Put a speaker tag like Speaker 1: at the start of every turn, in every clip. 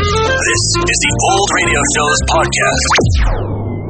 Speaker 1: This is the Old Radio Show's podcast.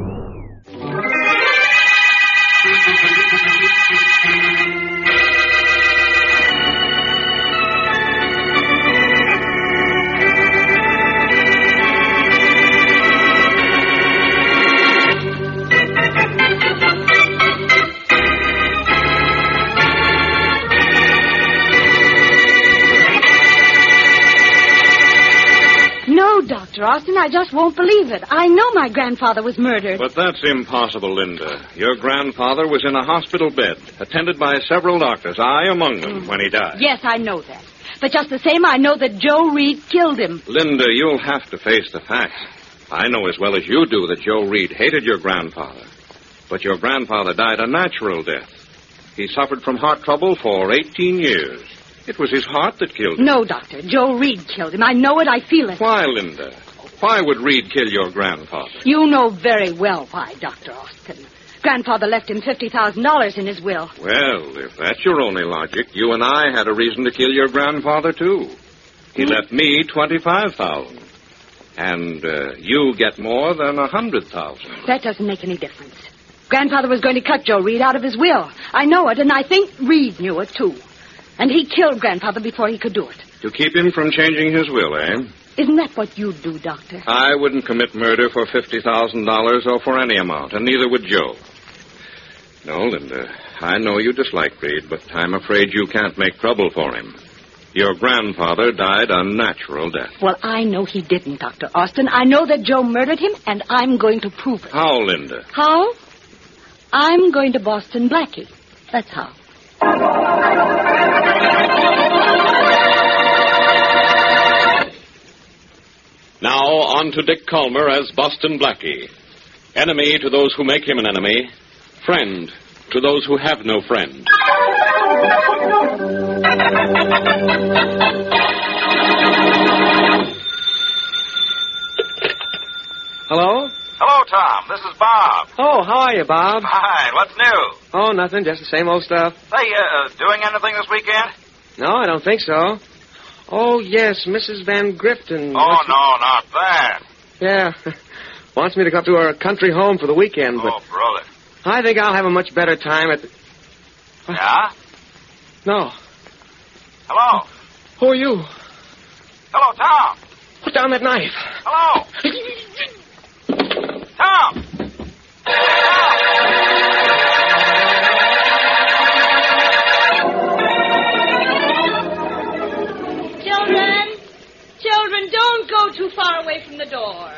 Speaker 2: No, Dr. Austin, I just won't believe it. I know my grandfather was murdered.
Speaker 3: But that's impossible, Linda. Your grandfather was in a hospital bed, attended by several doctors, I among them, when he died.
Speaker 2: Yes, I know that. But just the same, I know that Joe Reed killed him.
Speaker 3: Linda, you'll have to face the facts. I know as well as you do that Joe Reed hated your grandfather. But your grandfather died a natural death. He suffered from heart trouble for 18 years. It was his heart that killed him.
Speaker 2: No, Doctor, Joe Reed killed him. I know it, I feel it.
Speaker 3: Why, Linda? Why would Reed kill your grandfather?
Speaker 2: You know very well why, Dr. Austin. Grandfather left him $50,000 in his will.
Speaker 3: Well, if that's your only logic, you and I had a reason to kill your grandfather too. He left me twenty-five thousand, and uh, you get more than a hundred thousand.
Speaker 2: That doesn't make any difference. Grandfather was going to cut Joe Reed out of his will. I know it, and I think Reed knew it, too. And he killed Grandfather before he could do it.
Speaker 3: To keep him from changing his will, eh?
Speaker 2: Isn't that what you do, Doctor?
Speaker 3: I wouldn't commit murder for fifty thousand dollars or for any amount, and neither would Joe. No, Linda, I know you dislike Reed, but I'm afraid you can't make trouble for him. Your grandfather died a natural death.
Speaker 2: Well, I know he didn't, Dr. Austin. I know that Joe murdered him, and I'm going to prove it.
Speaker 3: How, Linda?
Speaker 2: How? I'm going to Boston Blackie. That's how.
Speaker 4: Now on to Dick Calmer as Boston Blackie. Enemy to those who make him an enemy, friend to those who have no friend.
Speaker 5: Hello?
Speaker 6: Hello, Tom. This is Bob.
Speaker 5: Oh, how are you, Bob?
Speaker 6: Fine. What's new?
Speaker 5: Oh, nothing, just the same old stuff.
Speaker 6: Say, uh, uh, doing anything this weekend?
Speaker 5: No, I don't think so. Oh, yes, Mrs. Van Grifton.
Speaker 6: Oh, no, not that.
Speaker 5: Yeah. Wants me to come to her country home for the weekend, but
Speaker 6: Oh, brother.
Speaker 5: I think I'll have a much better time at the...
Speaker 6: Yeah?
Speaker 5: No.
Speaker 6: Hello?
Speaker 5: Who are you?
Speaker 6: Hello, Tom.
Speaker 5: Put down that knife.
Speaker 6: Hello. Tom.
Speaker 7: Children, children, don't go too far away from the door.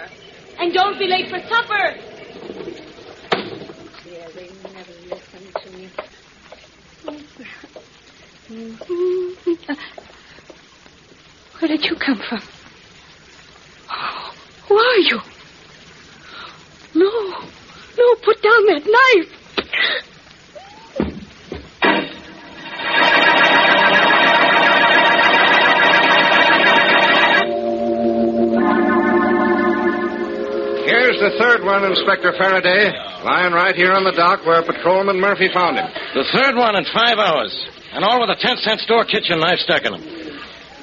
Speaker 7: And don't be late for supper. Dear, they never listen to me.
Speaker 2: Where did you come from? Who are you? No. No, put down that knife.
Speaker 3: Here's the third one, Inspector Faraday. Lying right here on the dock where Patrolman Murphy found him.
Speaker 8: The third one in five hours. And all with a 10 cent store kitchen knife stuck in him.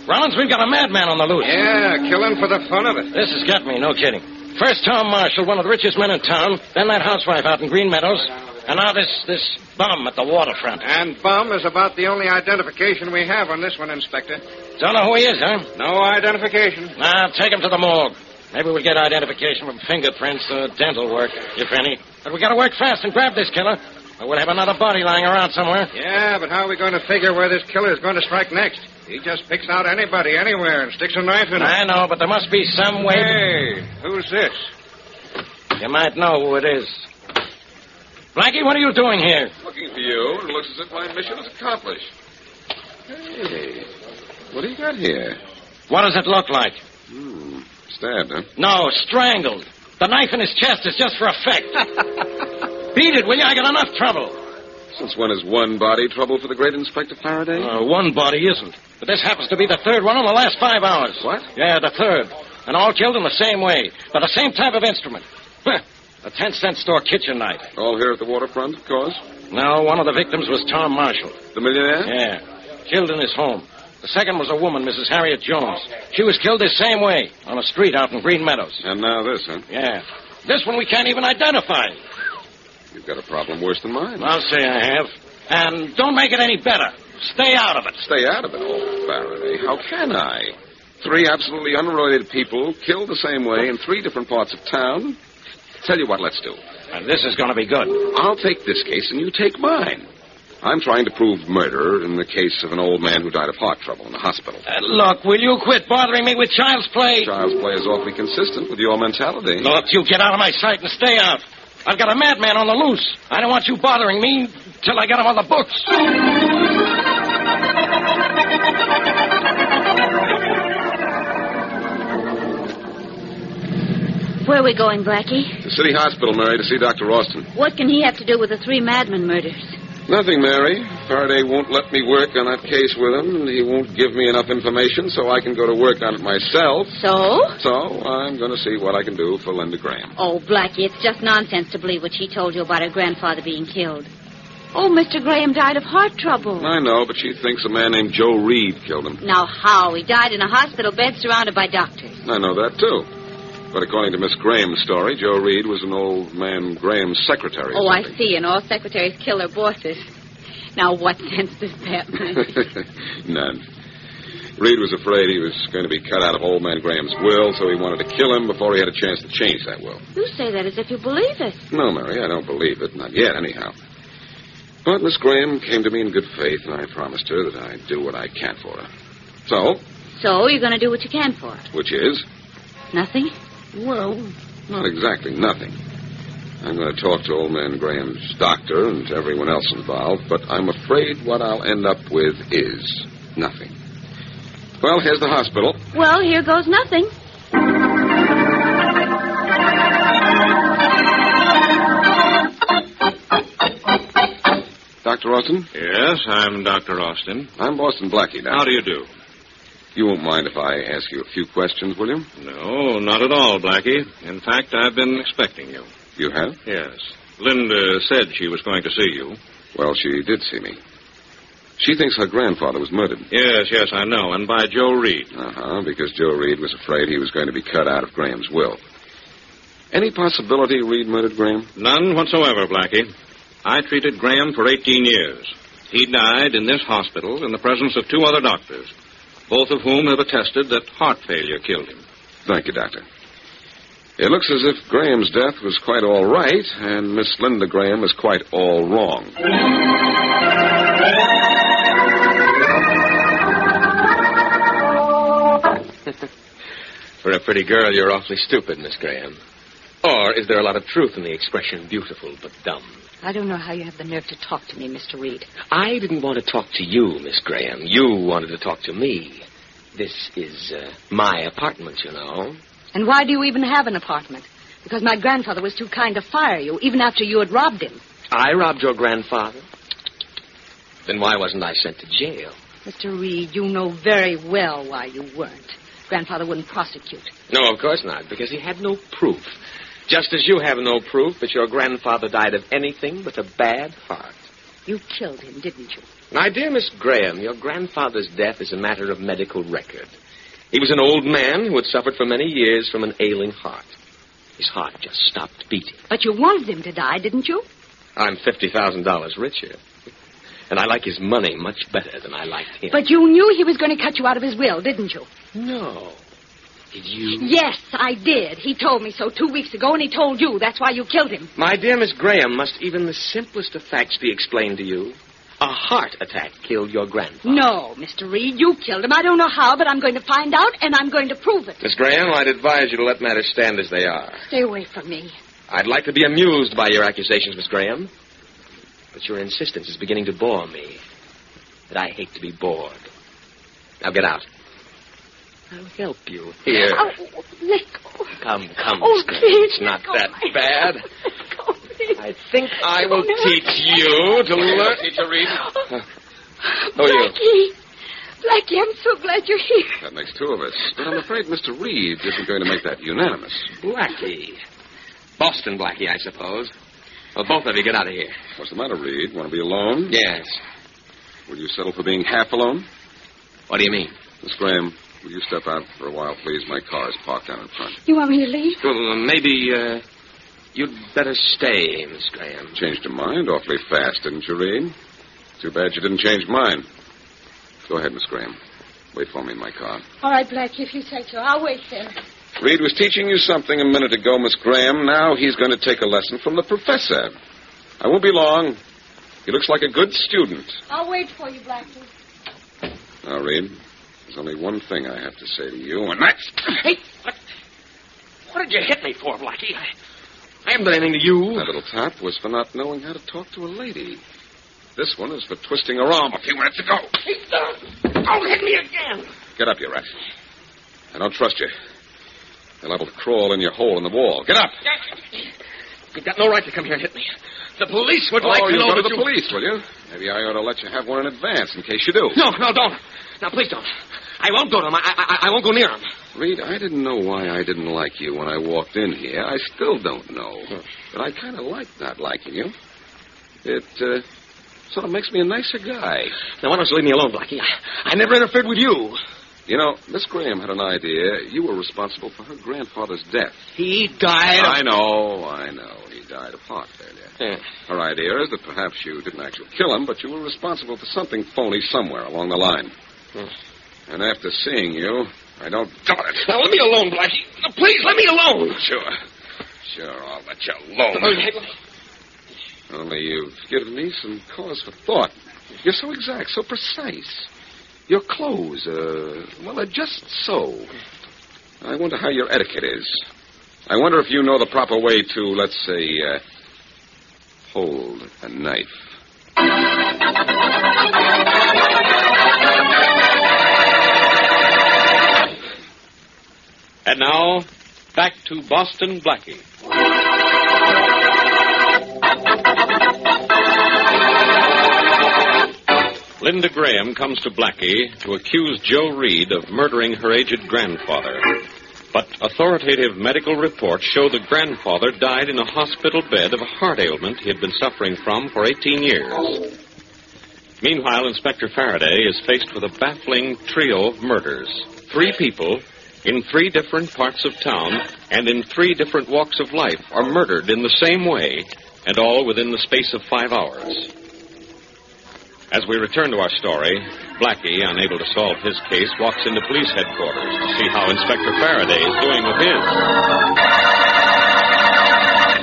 Speaker 8: Rollins, we've got a madman on the loose.
Speaker 3: Yeah, killing for the fun of it.
Speaker 8: This has got me, no kidding. First Tom Marshall, one of the richest men in town, then that housewife out in Green Meadows, and now this this bum at the waterfront.
Speaker 3: And bum is about the only identification we have on this one, Inspector.
Speaker 8: Don't know who he is, huh?
Speaker 3: No identification.
Speaker 8: Now take him to the morgue. Maybe we'll get identification from fingerprints or dental work, if any. But we gotta work fast and grab this killer, or we'll have another body lying around somewhere.
Speaker 3: Yeah, but how are we going to figure where this killer is going to strike next? He just picks out anybody, anywhere, and sticks a knife in
Speaker 8: I
Speaker 3: it.
Speaker 8: know, but there must be some way.
Speaker 3: Hey, who's this?
Speaker 8: You might know who it is. Blackie, what are you doing here?
Speaker 4: Looking for you. Looks as if my mission is accomplished.
Speaker 9: Hey, what do you got here?
Speaker 8: What does it look like?
Speaker 9: Hmm, stabbed, huh?
Speaker 8: No, strangled. The knife in his chest is just for effect. Beat it, will you? I got enough trouble.
Speaker 9: Since when is one body trouble for the great Inspector Faraday?
Speaker 8: Uh, one body isn't. But this happens to be the third one in the last five hours.
Speaker 9: What?
Speaker 8: Yeah, the third. And all killed in the same way, by the same type of instrument. Huh, A 10 cent store kitchen knife.
Speaker 9: All here at the waterfront, of course.
Speaker 8: No, one of the victims was Tom Marshall.
Speaker 9: The millionaire?
Speaker 8: Yeah. Killed in his home. The second was a woman, Mrs. Harriet Jones. She was killed the same way, on a street out in Green Meadows.
Speaker 9: And now this, huh?
Speaker 8: Yeah. This one we can't even identify.
Speaker 9: You've got a problem worse than mine.
Speaker 8: I'll say I have. And don't make it any better. Stay out of it.
Speaker 9: Stay out of it. Oh, Faraday, how can I? Three absolutely unrelated people killed the same way in three different parts of town. Tell you what, let's do.
Speaker 8: And this is going to be good.
Speaker 9: I'll take this case and you take mine. I'm trying to prove murder in the case of an old man who died of heart trouble in the hospital.
Speaker 8: Uh, look, will you quit bothering me with child's play?
Speaker 9: Child's play is awfully consistent with your mentality.
Speaker 8: Look, you get out of my sight and stay out. I've got a madman on the loose. I don't want you bothering me till I get him on the books.
Speaker 10: Where are we going, Blackie?
Speaker 9: The city hospital, Mary, to see Dr. Austin.
Speaker 10: What can he have to do with the three madman murders?
Speaker 9: Nothing, Mary. Faraday won't let me work on that case with him. He won't give me enough information so I can go to work on it myself.
Speaker 10: So?
Speaker 9: So I'm going to see what I can do for Linda Graham.
Speaker 10: Oh, Blackie, it's just nonsense to believe what she told you about her grandfather being killed. Oh, Mr. Graham died of heart trouble.
Speaker 9: I know, but she thinks a man named Joe Reed killed him.
Speaker 10: Now, how? He died in a hospital bed surrounded by doctors.
Speaker 9: I know that, too. But according to Miss Graham's story, Joe Reed was an old man Graham's secretary.
Speaker 10: Oh, I see, and all secretaries kill their bosses. Now, what sense does that make?
Speaker 9: None. Reed was afraid he was going to be cut out of old man Graham's will, so he wanted to kill him before he had a chance to change that will.
Speaker 10: You say that as if you believe it.
Speaker 9: No, Mary, I don't believe it. Not yet, anyhow. But Miss Graham came to me in good faith, and I promised her that I'd do what I can for her. So,
Speaker 10: So, you're going to do what you can for it.
Speaker 9: which is?
Speaker 10: Nothing?
Speaker 9: Well, not exactly nothing. I'm going to talk to old man Graham's doctor and to everyone else involved, but I'm afraid what I'll end up with is nothing. Well, here's the hospital.
Speaker 10: Well, here goes nothing.
Speaker 9: Dr. Austin,
Speaker 3: Yes, I'm Dr. Austin.
Speaker 9: I'm Boston Blackie now.
Speaker 3: How do you do?
Speaker 9: You won't mind if I ask you a few questions, will you?
Speaker 3: No, not at all, Blackie. In fact, I've been expecting you.
Speaker 9: You have?
Speaker 3: Yes. Linda said she was going to see you.
Speaker 9: Well, she did see me. She thinks her grandfather was murdered.
Speaker 3: Yes, yes, I know. And by Joe Reed.
Speaker 9: Uh huh, because Joe Reed was afraid he was going to be cut out of Graham's will. Any possibility Reed murdered Graham?
Speaker 3: None whatsoever, Blackie. I treated Graham for 18 years. He died in this hospital in the presence of two other doctors, both of whom have attested that heart failure killed him.
Speaker 9: Thank you, Doctor. It looks as if Graham's death was quite all right, and Miss Linda Graham is quite all wrong.
Speaker 6: For a pretty girl, you're awfully stupid, Miss Graham. Or is there a lot of truth in the expression beautiful but dumb?
Speaker 2: I don't know how you have the nerve to talk to me, Mr. Reed.
Speaker 6: I didn't want to talk to you,
Speaker 5: Oh,
Speaker 6: Miss Graham. You wanted to talk to me. This is uh, my apartment, you know.
Speaker 2: And why do you even have an apartment? Because my grandfather was too kind to fire you, even after you had robbed him.
Speaker 6: I robbed your grandfather. Then why wasn't I sent to jail?
Speaker 2: Mr. Reed, you know very well why you weren't. Grandfather wouldn't prosecute.
Speaker 6: No, of course not, because he had no proof. Just as you have no proof that your grandfather died of anything but a bad heart.
Speaker 2: You killed him, didn't you?
Speaker 6: My dear Miss Graham, your grandfather's death is a matter of medical record. He was an old man who had suffered for many years from an ailing heart. His heart just stopped beating.
Speaker 2: But you wanted him to die, didn't you?
Speaker 6: I'm $50,000 richer. And I like his money much better than I liked him.
Speaker 2: But you knew he was going to cut you out of his will, didn't you?
Speaker 6: No. Did you?
Speaker 2: Yes, I did. He told me so two weeks ago, and he told you. That's why you killed him.
Speaker 6: My dear Miss Graham, must even the simplest of facts be explained to you? A heart attack killed your grandfather.
Speaker 2: No, Mr. Reed, you killed him. I don't know how, but I'm going to find out, and I'm going to prove it.
Speaker 6: Miss Graham, I'd advise you to let matters stand as they are.
Speaker 2: Stay away from me.
Speaker 6: I'd like to be amused by your accusations, Miss Graham. But your insistence is beginning to bore me. And I hate to be bored. Now get out. I'll help you. Here.
Speaker 2: Oh, let go.
Speaker 6: Come, come,
Speaker 2: Oh,
Speaker 6: Miss Graham.
Speaker 2: please,
Speaker 6: It's not
Speaker 2: let go
Speaker 6: that
Speaker 2: of my
Speaker 6: bad.
Speaker 2: Let go, please.
Speaker 6: I think I will
Speaker 2: Oh, no.
Speaker 6: teach you to learn. Teacher Reed. Who are you?
Speaker 2: Blackie. Blackie, I'm so glad you're here.
Speaker 9: That makes two of us. But I'm afraid Mr. Reed isn't going to make that unanimous.
Speaker 6: Blackie. Boston Blackie, I suppose. Well, both of you get out of here.
Speaker 9: What's the matter, Reed? Want to be alone?
Speaker 6: Yes.
Speaker 9: Will you settle for being half alone?
Speaker 11: What do you mean?
Speaker 9: Miss Graham, will you step out for a while, please? My car is parked down in front.
Speaker 2: You want me to leave?
Speaker 11: Well, maybe uh, you'd better stay, Miss Graham.
Speaker 9: Changed your mind awfully fast, didn't you, Reed? Too bad you didn't change mine. Go ahead, Miss Graham. Wait for me in my car.
Speaker 7: All right, Blackie, if you say so. I'll wait there.
Speaker 9: Reed was teaching you something a minute ago, Miss Graham. Now he's going to take a lesson from the professor. I won't be long. He looks like a good student.
Speaker 7: I'll wait for you, Blackie.
Speaker 9: Now, Reed, there's only one thing I have to say to you, and that's.
Speaker 11: Hey, what, what did you hit me for, Blackie? I, I haven't done anything to you.
Speaker 9: That little tap was for not knowing how to talk to a lady. This one is for twisting her arm a few minutes ago.
Speaker 11: Hey, uh, don't hit me again.
Speaker 9: Get up, you rat. I don't trust you. You're liable to crawl in your hole in the wall. Get up!
Speaker 11: You've got no right to come here and hit me. The police would
Speaker 9: oh,
Speaker 11: like to
Speaker 9: you
Speaker 11: know
Speaker 9: go to
Speaker 11: that
Speaker 9: the
Speaker 11: you...
Speaker 9: police, will you? Maybe I ought to let you have one in advance in case you do.
Speaker 11: No, no, don't. Now, please don't. I won't go to him. I, I, I- I won't go near him.
Speaker 9: Reed, I didn't know why I didn't like you when I walked in here. I still don't know. But I kind of like not liking you. It uh, sort of makes me a nicer guy.
Speaker 11: Now, why don't you leave me alone, Blackie? I, I never interfered with you.
Speaker 9: You know, Miss Graham had an idea. You were responsible for her grandfather's death.
Speaker 11: He died.
Speaker 9: I know, I know. He died of heart failure. Her idea is that perhaps you didn't actually kill him, but you were responsible for something phony somewhere along the line.
Speaker 11: Hmm.
Speaker 9: And after seeing you, I don't doubt it.
Speaker 11: Now, let me alone, Blackie. Now, please, let me alone.
Speaker 9: Sure. Sure, I'll let you
Speaker 11: Oh,
Speaker 9: alone.
Speaker 11: hey,
Speaker 9: Only you've given me some cause for thought. You're so exact, so precise. Your clothes, uh, well, are just so. I wonder how your etiquette is. I wonder if you know the proper way to, let's say, uh, hold a knife.
Speaker 4: And now, back to Boston Blackie. Linda Graham comes to Blackie to accuse Joe Reed of murdering her aged grandfather. But authoritative medical reports show the grandfather died in a hospital bed of a heart ailment he had been suffering from for 18 years. Meanwhile, Inspector Faraday is faced with a baffling trio of murders. Three people in three different parts of town and in three different walks of life are murdered in the same way and all within the space of five hours. As we return to our story, Blackie, unable to solve his case, walks into police headquarters to see how Inspector Faraday is doing with his.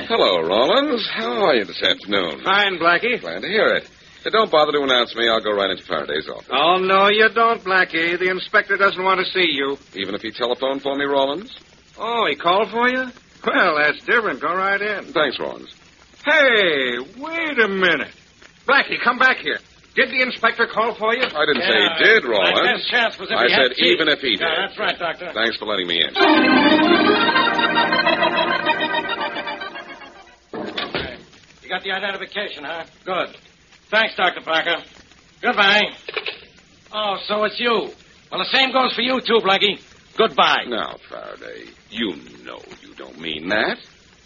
Speaker 9: Hello, Rollins. How are you this afternoon?
Speaker 12: Fine, Blackie.
Speaker 9: Glad to hear it. Uh, don't bother to announce me. I'll go right into Faraday's office.
Speaker 12: Oh, no, you don't, Blackie. The inspector doesn't want to see you.
Speaker 9: Even if he telephoned for me, Rollins?
Speaker 12: Oh, he called for you? Well, that's different. Go right in.
Speaker 9: Thanks, Rollins.
Speaker 12: Hey, wait a minute. Blackie, come back here. Did the inspector call for you?
Speaker 9: I didn't say he did, Rollins.
Speaker 12: My best chance was if
Speaker 9: I
Speaker 12: he had
Speaker 9: said
Speaker 12: tea.
Speaker 9: even if he did.
Speaker 12: Yeah, that's right, Doctor.
Speaker 9: Thanks for letting me in.
Speaker 8: You got the identification, huh? Good. Thanks, Dr. Parker. Goodbye. Oh, so it's you. Well, the same goes for you, too, Blackie. Goodbye.
Speaker 9: Now, Faraday, you know you don't mean that.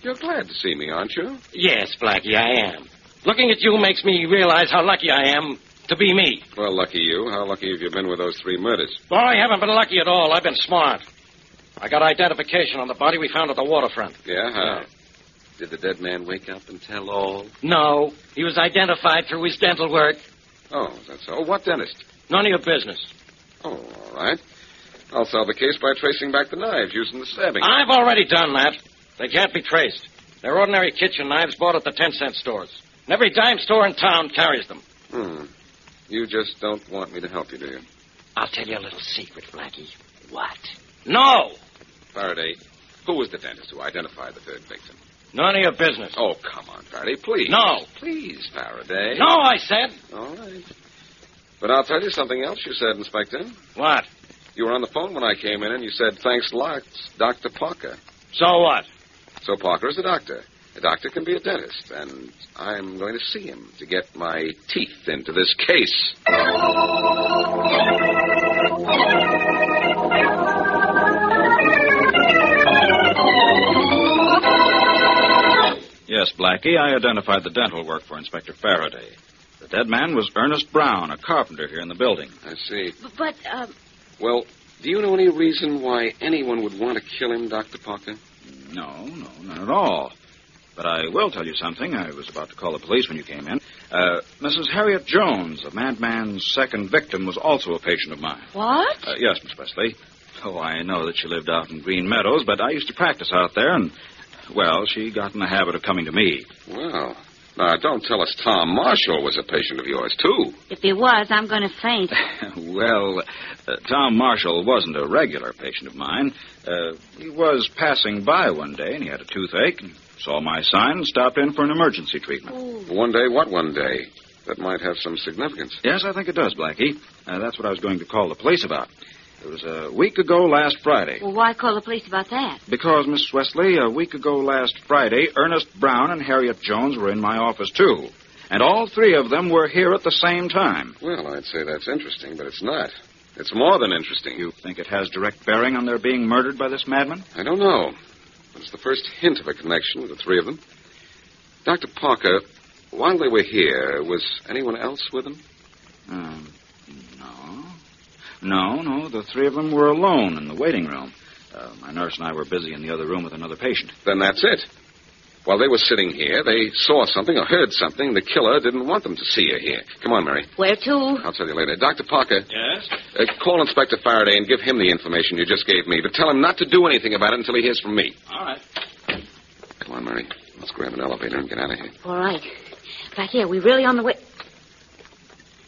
Speaker 9: You're glad to see me, aren't you?
Speaker 8: Yes, Blackie, I am. Looking at you makes me realize how lucky I am to be me.
Speaker 9: Well, lucky you. How lucky have you been with those three murders?
Speaker 8: Boy, I haven't been lucky at all. I've been smart. I got identification on the body we found at the waterfront.
Speaker 9: Yeah, how? Did the dead man wake up and tell all?
Speaker 8: No, he was identified through his dental work.
Speaker 9: Oh, is that so? What dentist?
Speaker 8: None of your business.
Speaker 9: Oh, all right. I'll solve the case by tracing back the knives using the stabbing.
Speaker 8: I've already done that. They can't be traced. They're ordinary kitchen knives bought at the 10 cent stores. And every dime store in town carries them.
Speaker 9: Hmm. You just don't want me to help you, do you?
Speaker 8: I'll tell you a little secret, Blackie. What? No!
Speaker 9: Faraday, who was the dentist who identified the third victim?
Speaker 8: None of your business.
Speaker 9: Oh, come on, Faraday, please.
Speaker 8: No.
Speaker 9: Please, Faraday.
Speaker 8: No, I said.
Speaker 9: All right. But I'll tell you something else you said, Inspector.
Speaker 8: What?
Speaker 9: You were on the phone when I came in and you said, thanks lots, Dr. Parker.
Speaker 8: So what?
Speaker 9: So Parker is a doctor. A doctor can be a dentist, and I'm going to see him to get my teeth into this case.
Speaker 13: Yes, Blackie, I identified the dental work for Inspector Faraday. The That man was Ernest Brown, a carpenter here in the building.
Speaker 9: I see.
Speaker 10: But, uh,
Speaker 9: Well, do you know any reason why anyone would want to kill him, Dr. Parker?
Speaker 13: No, no, none at all. But I will tell you something. I was about to call the police when you came in. Uh, Mrs. Harriet Jones, the madman's second victim, was also a patient of mine.
Speaker 10: What?
Speaker 13: Uh, yes, Miss Wesley. Oh, I know that she lived out in Green Meadows, but I used to practice out there, and, well, she got in the habit of coming to me.
Speaker 9: Well, now don't tell us Tom Marshall was a patient of yours, too.
Speaker 10: if he was, I'm going to faint.
Speaker 13: Well, uh, Tom Marshall wasn't a regular patient of mine. Uh, he was passing by one day, and he had a toothache, and saw my sign, and stopped in for an emergency treatment.
Speaker 9: One day, what one day? That might have some significance.
Speaker 13: Yes, I think it does, Blackie. Uh, that's what I was going to call the police about. It was a week ago last Friday.
Speaker 10: Well, why call the police about that?
Speaker 13: Because, Miss Wesley, a week ago last Friday, Ernest Brown and Harriet Jones were in my office, too. And all three of them were here at the same time.
Speaker 9: Well, I'd say that's interesting, but it's not. It's more than interesting.
Speaker 13: You think it has direct bearing on their being murdered by this madman?
Speaker 9: I don't know. But it's the first hint of a connection with the three of them. Dr. Parker, while they were here, was anyone else with them?
Speaker 13: Um, no. No, no. The three of them were alone in the waiting room. Uh, my nurse and I were busy in the other room with another patient.
Speaker 9: Then that's it. While they were sitting here, they saw something or heard something. The killer didn't want them to see or hear. Come on, Mary.
Speaker 10: Where to?
Speaker 9: I'll tell you later. Dr. Parker,
Speaker 4: Yes?
Speaker 9: uh, call Inspector Faraday and give him the information you just gave me, but tell him not to do anything about it until he hears from me.
Speaker 4: All right.
Speaker 9: Come on, Mary. Let's grab an elevator and get out of here.
Speaker 10: All right. Back here, we really on the way.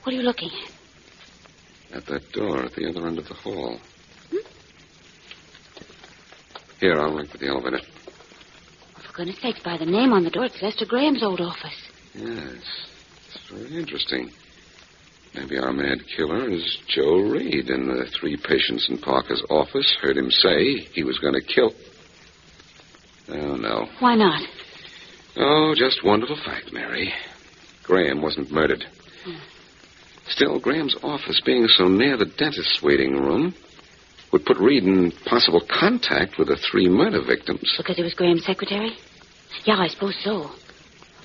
Speaker 10: What are you looking at?
Speaker 9: At that door at the other end of the hall. Here, I'll link with the elevator.
Speaker 10: For goodness sakes, by the name on the door, it's Lester Graham's old office.
Speaker 9: Yes. It's very interesting. Maybe our mad killer is Joe Reed, and the three patients in Parker's office heard him say he was going to kill. Oh, no.
Speaker 10: Why not?
Speaker 9: Oh, just wonderful fact, Mary. Graham wasn't murdered. Still, Graham's office, being so near the dentist's waiting room, would put Reed in possible contact with the three murder victims.
Speaker 10: Because he was Graham's secretary? Yeah, I suppose so.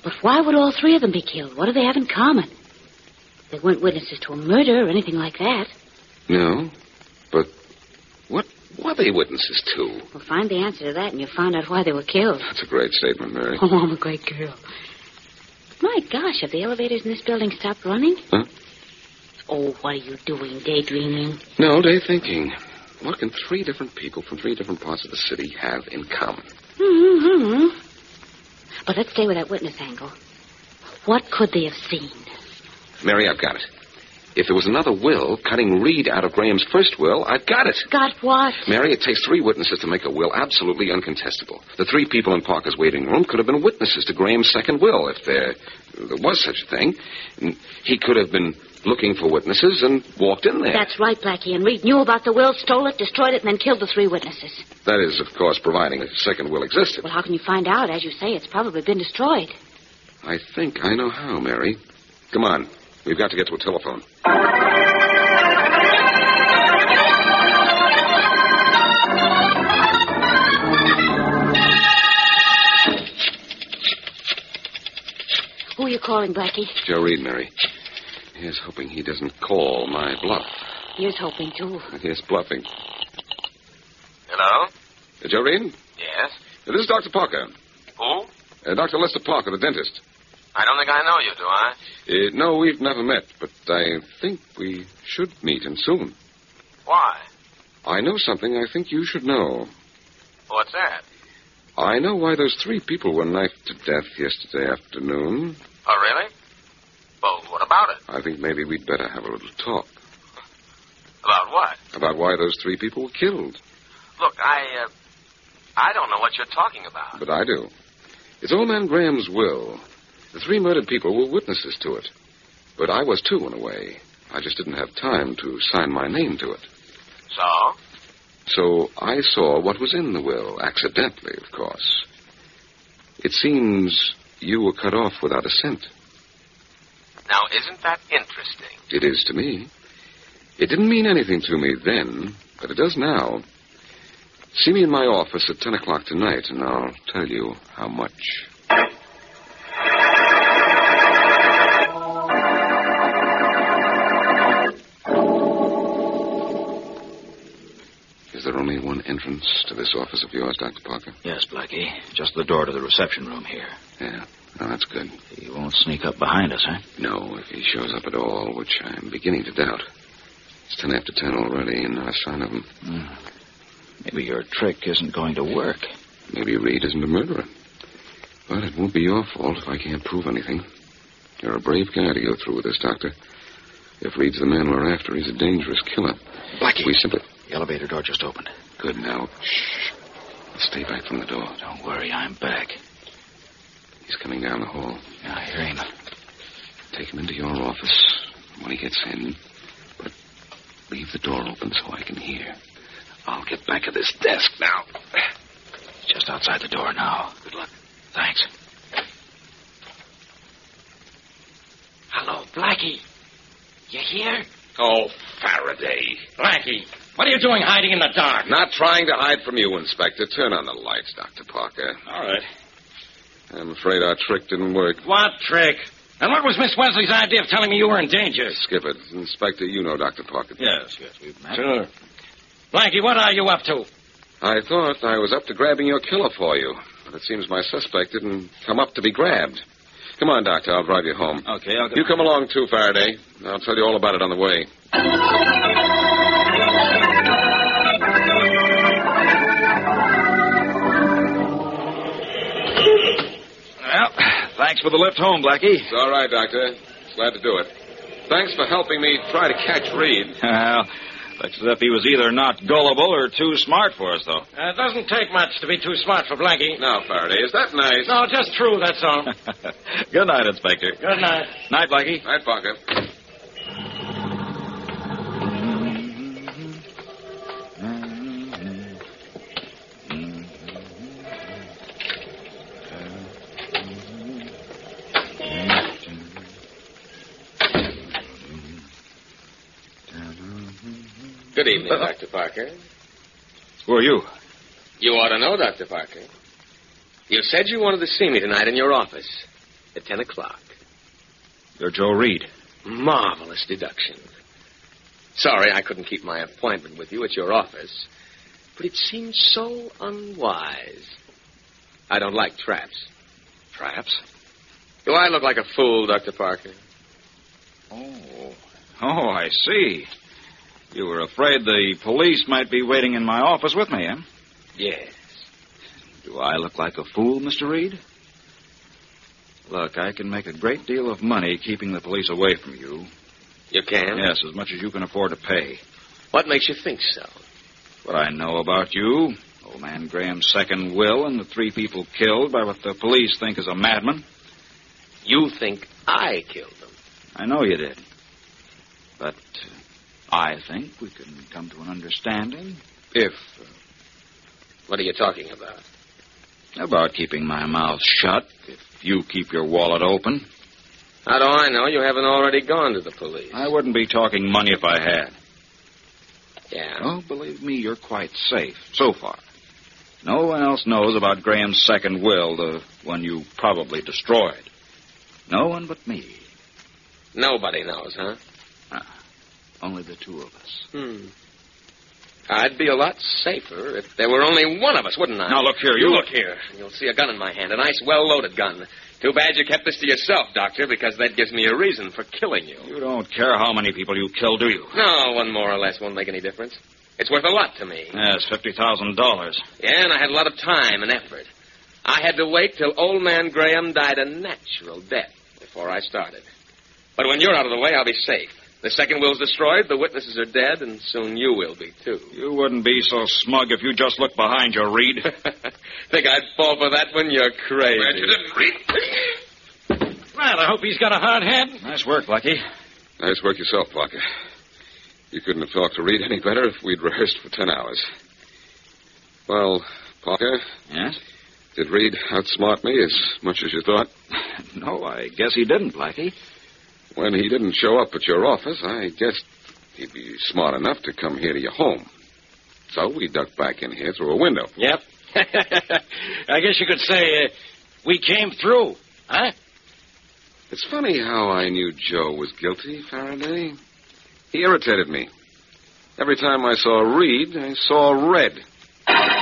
Speaker 10: But why would all three of them be killed? What do they have in common? They weren't witnesses to a murder or anything like that.
Speaker 9: No, but what were they witnesses to?
Speaker 10: We'll find the answer to that and you'll find out why they were killed.
Speaker 9: That's a great statement, Mary.
Speaker 10: Oh, I'm a great girl. My gosh, have the elevators in this building stopped running?
Speaker 9: Huh?
Speaker 10: Oh, what are you doing, daydreaming?
Speaker 9: No, day thinking. What can three different people from three different parts of the city have in common?
Speaker 10: hmm But let's stay with that witness angle. What could they have seen?
Speaker 9: Mary, I've got it. If there was another will cutting Reed out of Graham's first will, I've got it.
Speaker 10: Got what?
Speaker 9: Mary, it takes three witnesses to make a will absolutely uncontestable. The three people in Parker's waiting room could have been witnesses to Graham's second will, if there, there was such a thing. And He could have been looking for witnesses and walked in there.
Speaker 10: That's right, Blackie. And Reed knew about the will, stole it, destroyed it, and then killed the three witnesses.
Speaker 9: That is, of course, providing the second will existed.
Speaker 10: Well, how can you find out? As you say, it's probably been destroyed.
Speaker 9: I think I know how, Mary. Come on. We've got to get to a telephone.
Speaker 10: Who are you calling, Blackie?
Speaker 9: Joe Reed, Mary. Here's hoping he doesn't call my bluff.
Speaker 10: Here's hoping, too.
Speaker 9: Here's bluffing.
Speaker 6: Hello?
Speaker 9: Uh, Joe Reed?
Speaker 6: Yes?
Speaker 9: Uh, This is Dr. Parker.
Speaker 6: Who?
Speaker 9: Uh, Dr. Lester Parker, the dentist.
Speaker 6: I don't think I know you, do I?
Speaker 9: Uh, no, we've never met, but I think we should meet him soon.
Speaker 6: Why?
Speaker 9: I know something I think you should know.
Speaker 6: What's that?
Speaker 9: I know why those three people were knifed to death yesterday afternoon.
Speaker 6: Oh, really? Well, what about it?
Speaker 9: I think maybe we'd better have a little talk
Speaker 6: About what?
Speaker 9: about why those three people were killed.
Speaker 6: Look, I, uh, I don't know what you're talking about.
Speaker 9: But I do. It's old man Graham's will. The three murdered people were witnesses to it. But I was too, in a way. I just didn't have time to sign my name to it.
Speaker 6: So?
Speaker 9: So I saw what was in the will, accidentally, of course. It seems you were cut off without a cent.
Speaker 6: Now, isn't that interesting?
Speaker 9: It is to me. It didn't mean anything to me then, but it does now. See me in my office at 10 o'clock tonight, and I'll tell you how much. only one entrance to this office of yours, Dr. Parker?
Speaker 13: Yes, Blackie. Just the door to the reception room here.
Speaker 9: Yeah. Well, Oh, that's good.
Speaker 13: He won't sneak up behind us, huh?
Speaker 9: No, if he shows up at all, which I'm beginning to doubt. It's ten after ten already, and not a sign of him.
Speaker 13: Maybe your trick isn't going to work.
Speaker 9: Maybe Reed isn't a murderer. But it won't be your fault if I can't prove anything. You're a brave guy to go through with this, Doctor. If Reed's the man we're after, he's a dangerous killer.
Speaker 13: Blackie.
Speaker 9: We simply.
Speaker 13: The elevator door just opened.
Speaker 9: Good now. Shh. Stay back from the door.
Speaker 13: Don't worry, I'm back.
Speaker 9: He's coming down the hall.
Speaker 13: Yeah, I hear him.
Speaker 9: Take him into your office when he gets in. But leave the door open so I can hear. I'll get back at this desk now.
Speaker 13: Just outside the door now. Good luck. Thanks.
Speaker 11: Hello, Blackie. You here?
Speaker 12: Oh, Faraday.
Speaker 8: Blackie, what are you doing hiding in the dark?
Speaker 9: Not trying to hide from you, Inspector. Turn on the lights, Dr. Parker.
Speaker 8: All right.
Speaker 9: I'm afraid our trick didn't work.
Speaker 8: What trick? And what was Miss Wesley's idea of telling me you were in danger?
Speaker 9: Skip it. Inspector, you know Dr. Parker.
Speaker 13: Yes, yes, we've met.
Speaker 8: Sure. Blackie, what are you up to?
Speaker 9: I thought I was up to grabbing your killer for you, but it seems my suspect didn't come up to be grabbed. Come on, Doctor. I'll drive you home.
Speaker 13: Okay, I'll go.
Speaker 9: You come along too, Faraday. I'll tell you all about it on the way.
Speaker 13: Well, thanks for the lift home, Blackie.
Speaker 9: It's all right, Doctor. Glad to do it. Thanks for helping me try to catch Reed.
Speaker 13: Well, looks as if he was either not gullible or too smart for us, though.
Speaker 8: Uh, it doesn't take much to be too smart for Blackie.
Speaker 9: Now, Faraday, is that nice?
Speaker 8: No, just true, that's all.
Speaker 13: Good night, Inspector.
Speaker 8: Good night.
Speaker 13: Night, Blackie.
Speaker 9: Night, Parker.
Speaker 6: Good evening, Dr. Parker.
Speaker 13: Who are you?
Speaker 6: You ought to know, Dr. Parker. You said you wanted to see me tonight in your office at 10 o'clock.
Speaker 13: You're Joe Reed.
Speaker 6: Marvelous deduction. Sorry I couldn't keep my appointment with you at your office, but it seems so unwise. I don't like traps.
Speaker 13: Traps?
Speaker 6: Do I look like a fool, Dr. Parker?
Speaker 13: Oh. Oh, I see. You were afraid the police might be waiting in my office with me, eh?
Speaker 6: Yes.
Speaker 13: Do I look like a fool, Mr. Reed? Look, I can make a great deal of money keeping the police away from you.
Speaker 6: You can?
Speaker 13: Yes, as much as you can afford to pay.
Speaker 6: What makes you think so?
Speaker 13: What I know about you, old man Graham's second will, and the three people killed by what the police think is a madman.
Speaker 6: You think I killed them.
Speaker 13: I know you did. But uh, I think we can come to an understanding if
Speaker 6: What are you talking about?
Speaker 13: about keeping my mouth shut, if you keep your wallet open.
Speaker 6: How do I know you haven't already gone to the police?
Speaker 13: I wouldn't be talking money if I had.
Speaker 6: Yeah.
Speaker 13: Oh, believe me, you're quite safe so far. No one else knows about Graham's second will, the one you probably destroyed. No one but me.
Speaker 6: Nobody knows, huh?
Speaker 13: Only the two of us.
Speaker 6: Hmm. I'd be a lot safer if there were only one of us, wouldn't I?
Speaker 13: Now look here, you,
Speaker 6: You look here. You'll see a gun in my hand, a nice, well-loaded gun. Too bad you kept this to yourself, Doctor, because that gives me a reason for killing you.
Speaker 13: You don't care how many people you kill, do you?
Speaker 6: No, one more or less won't make any difference. It's worth a lot to me.
Speaker 13: Yes, fifty thousand dollars.
Speaker 6: Yeah, and I had a lot of time and effort. I had to wait till old man Graham died a natural death before I started. But when you're out of the way, I'll be safe. The second will's destroyed, the witnesses are dead, and soon you will be, too.
Speaker 13: You wouldn't be so smug if you just looked behind you, Reed.
Speaker 6: Think I'd fall for that one? You're crazy.
Speaker 12: Glad you didn't read.
Speaker 8: Well, I hope he's got a hard head.
Speaker 13: nice work, Blackie.
Speaker 9: Nice work yourself, Parker. You couldn't have talked to Reed any better if we'd rehearsed for ten hours. Well, Parker,
Speaker 13: Yes?
Speaker 9: did Reed outsmart me as much as you thought?
Speaker 13: No, I guess he didn't, Blackie.
Speaker 9: When he didn't show up at your office, I guessed he'd be smart enough to come here to your home. So we ducked back in here through a window.
Speaker 8: Yep. I guess you could say uh, we came through, huh?
Speaker 9: It's funny how I knew Joe was guilty, Faraday. He irritated me. Every time I saw Reed, I saw red.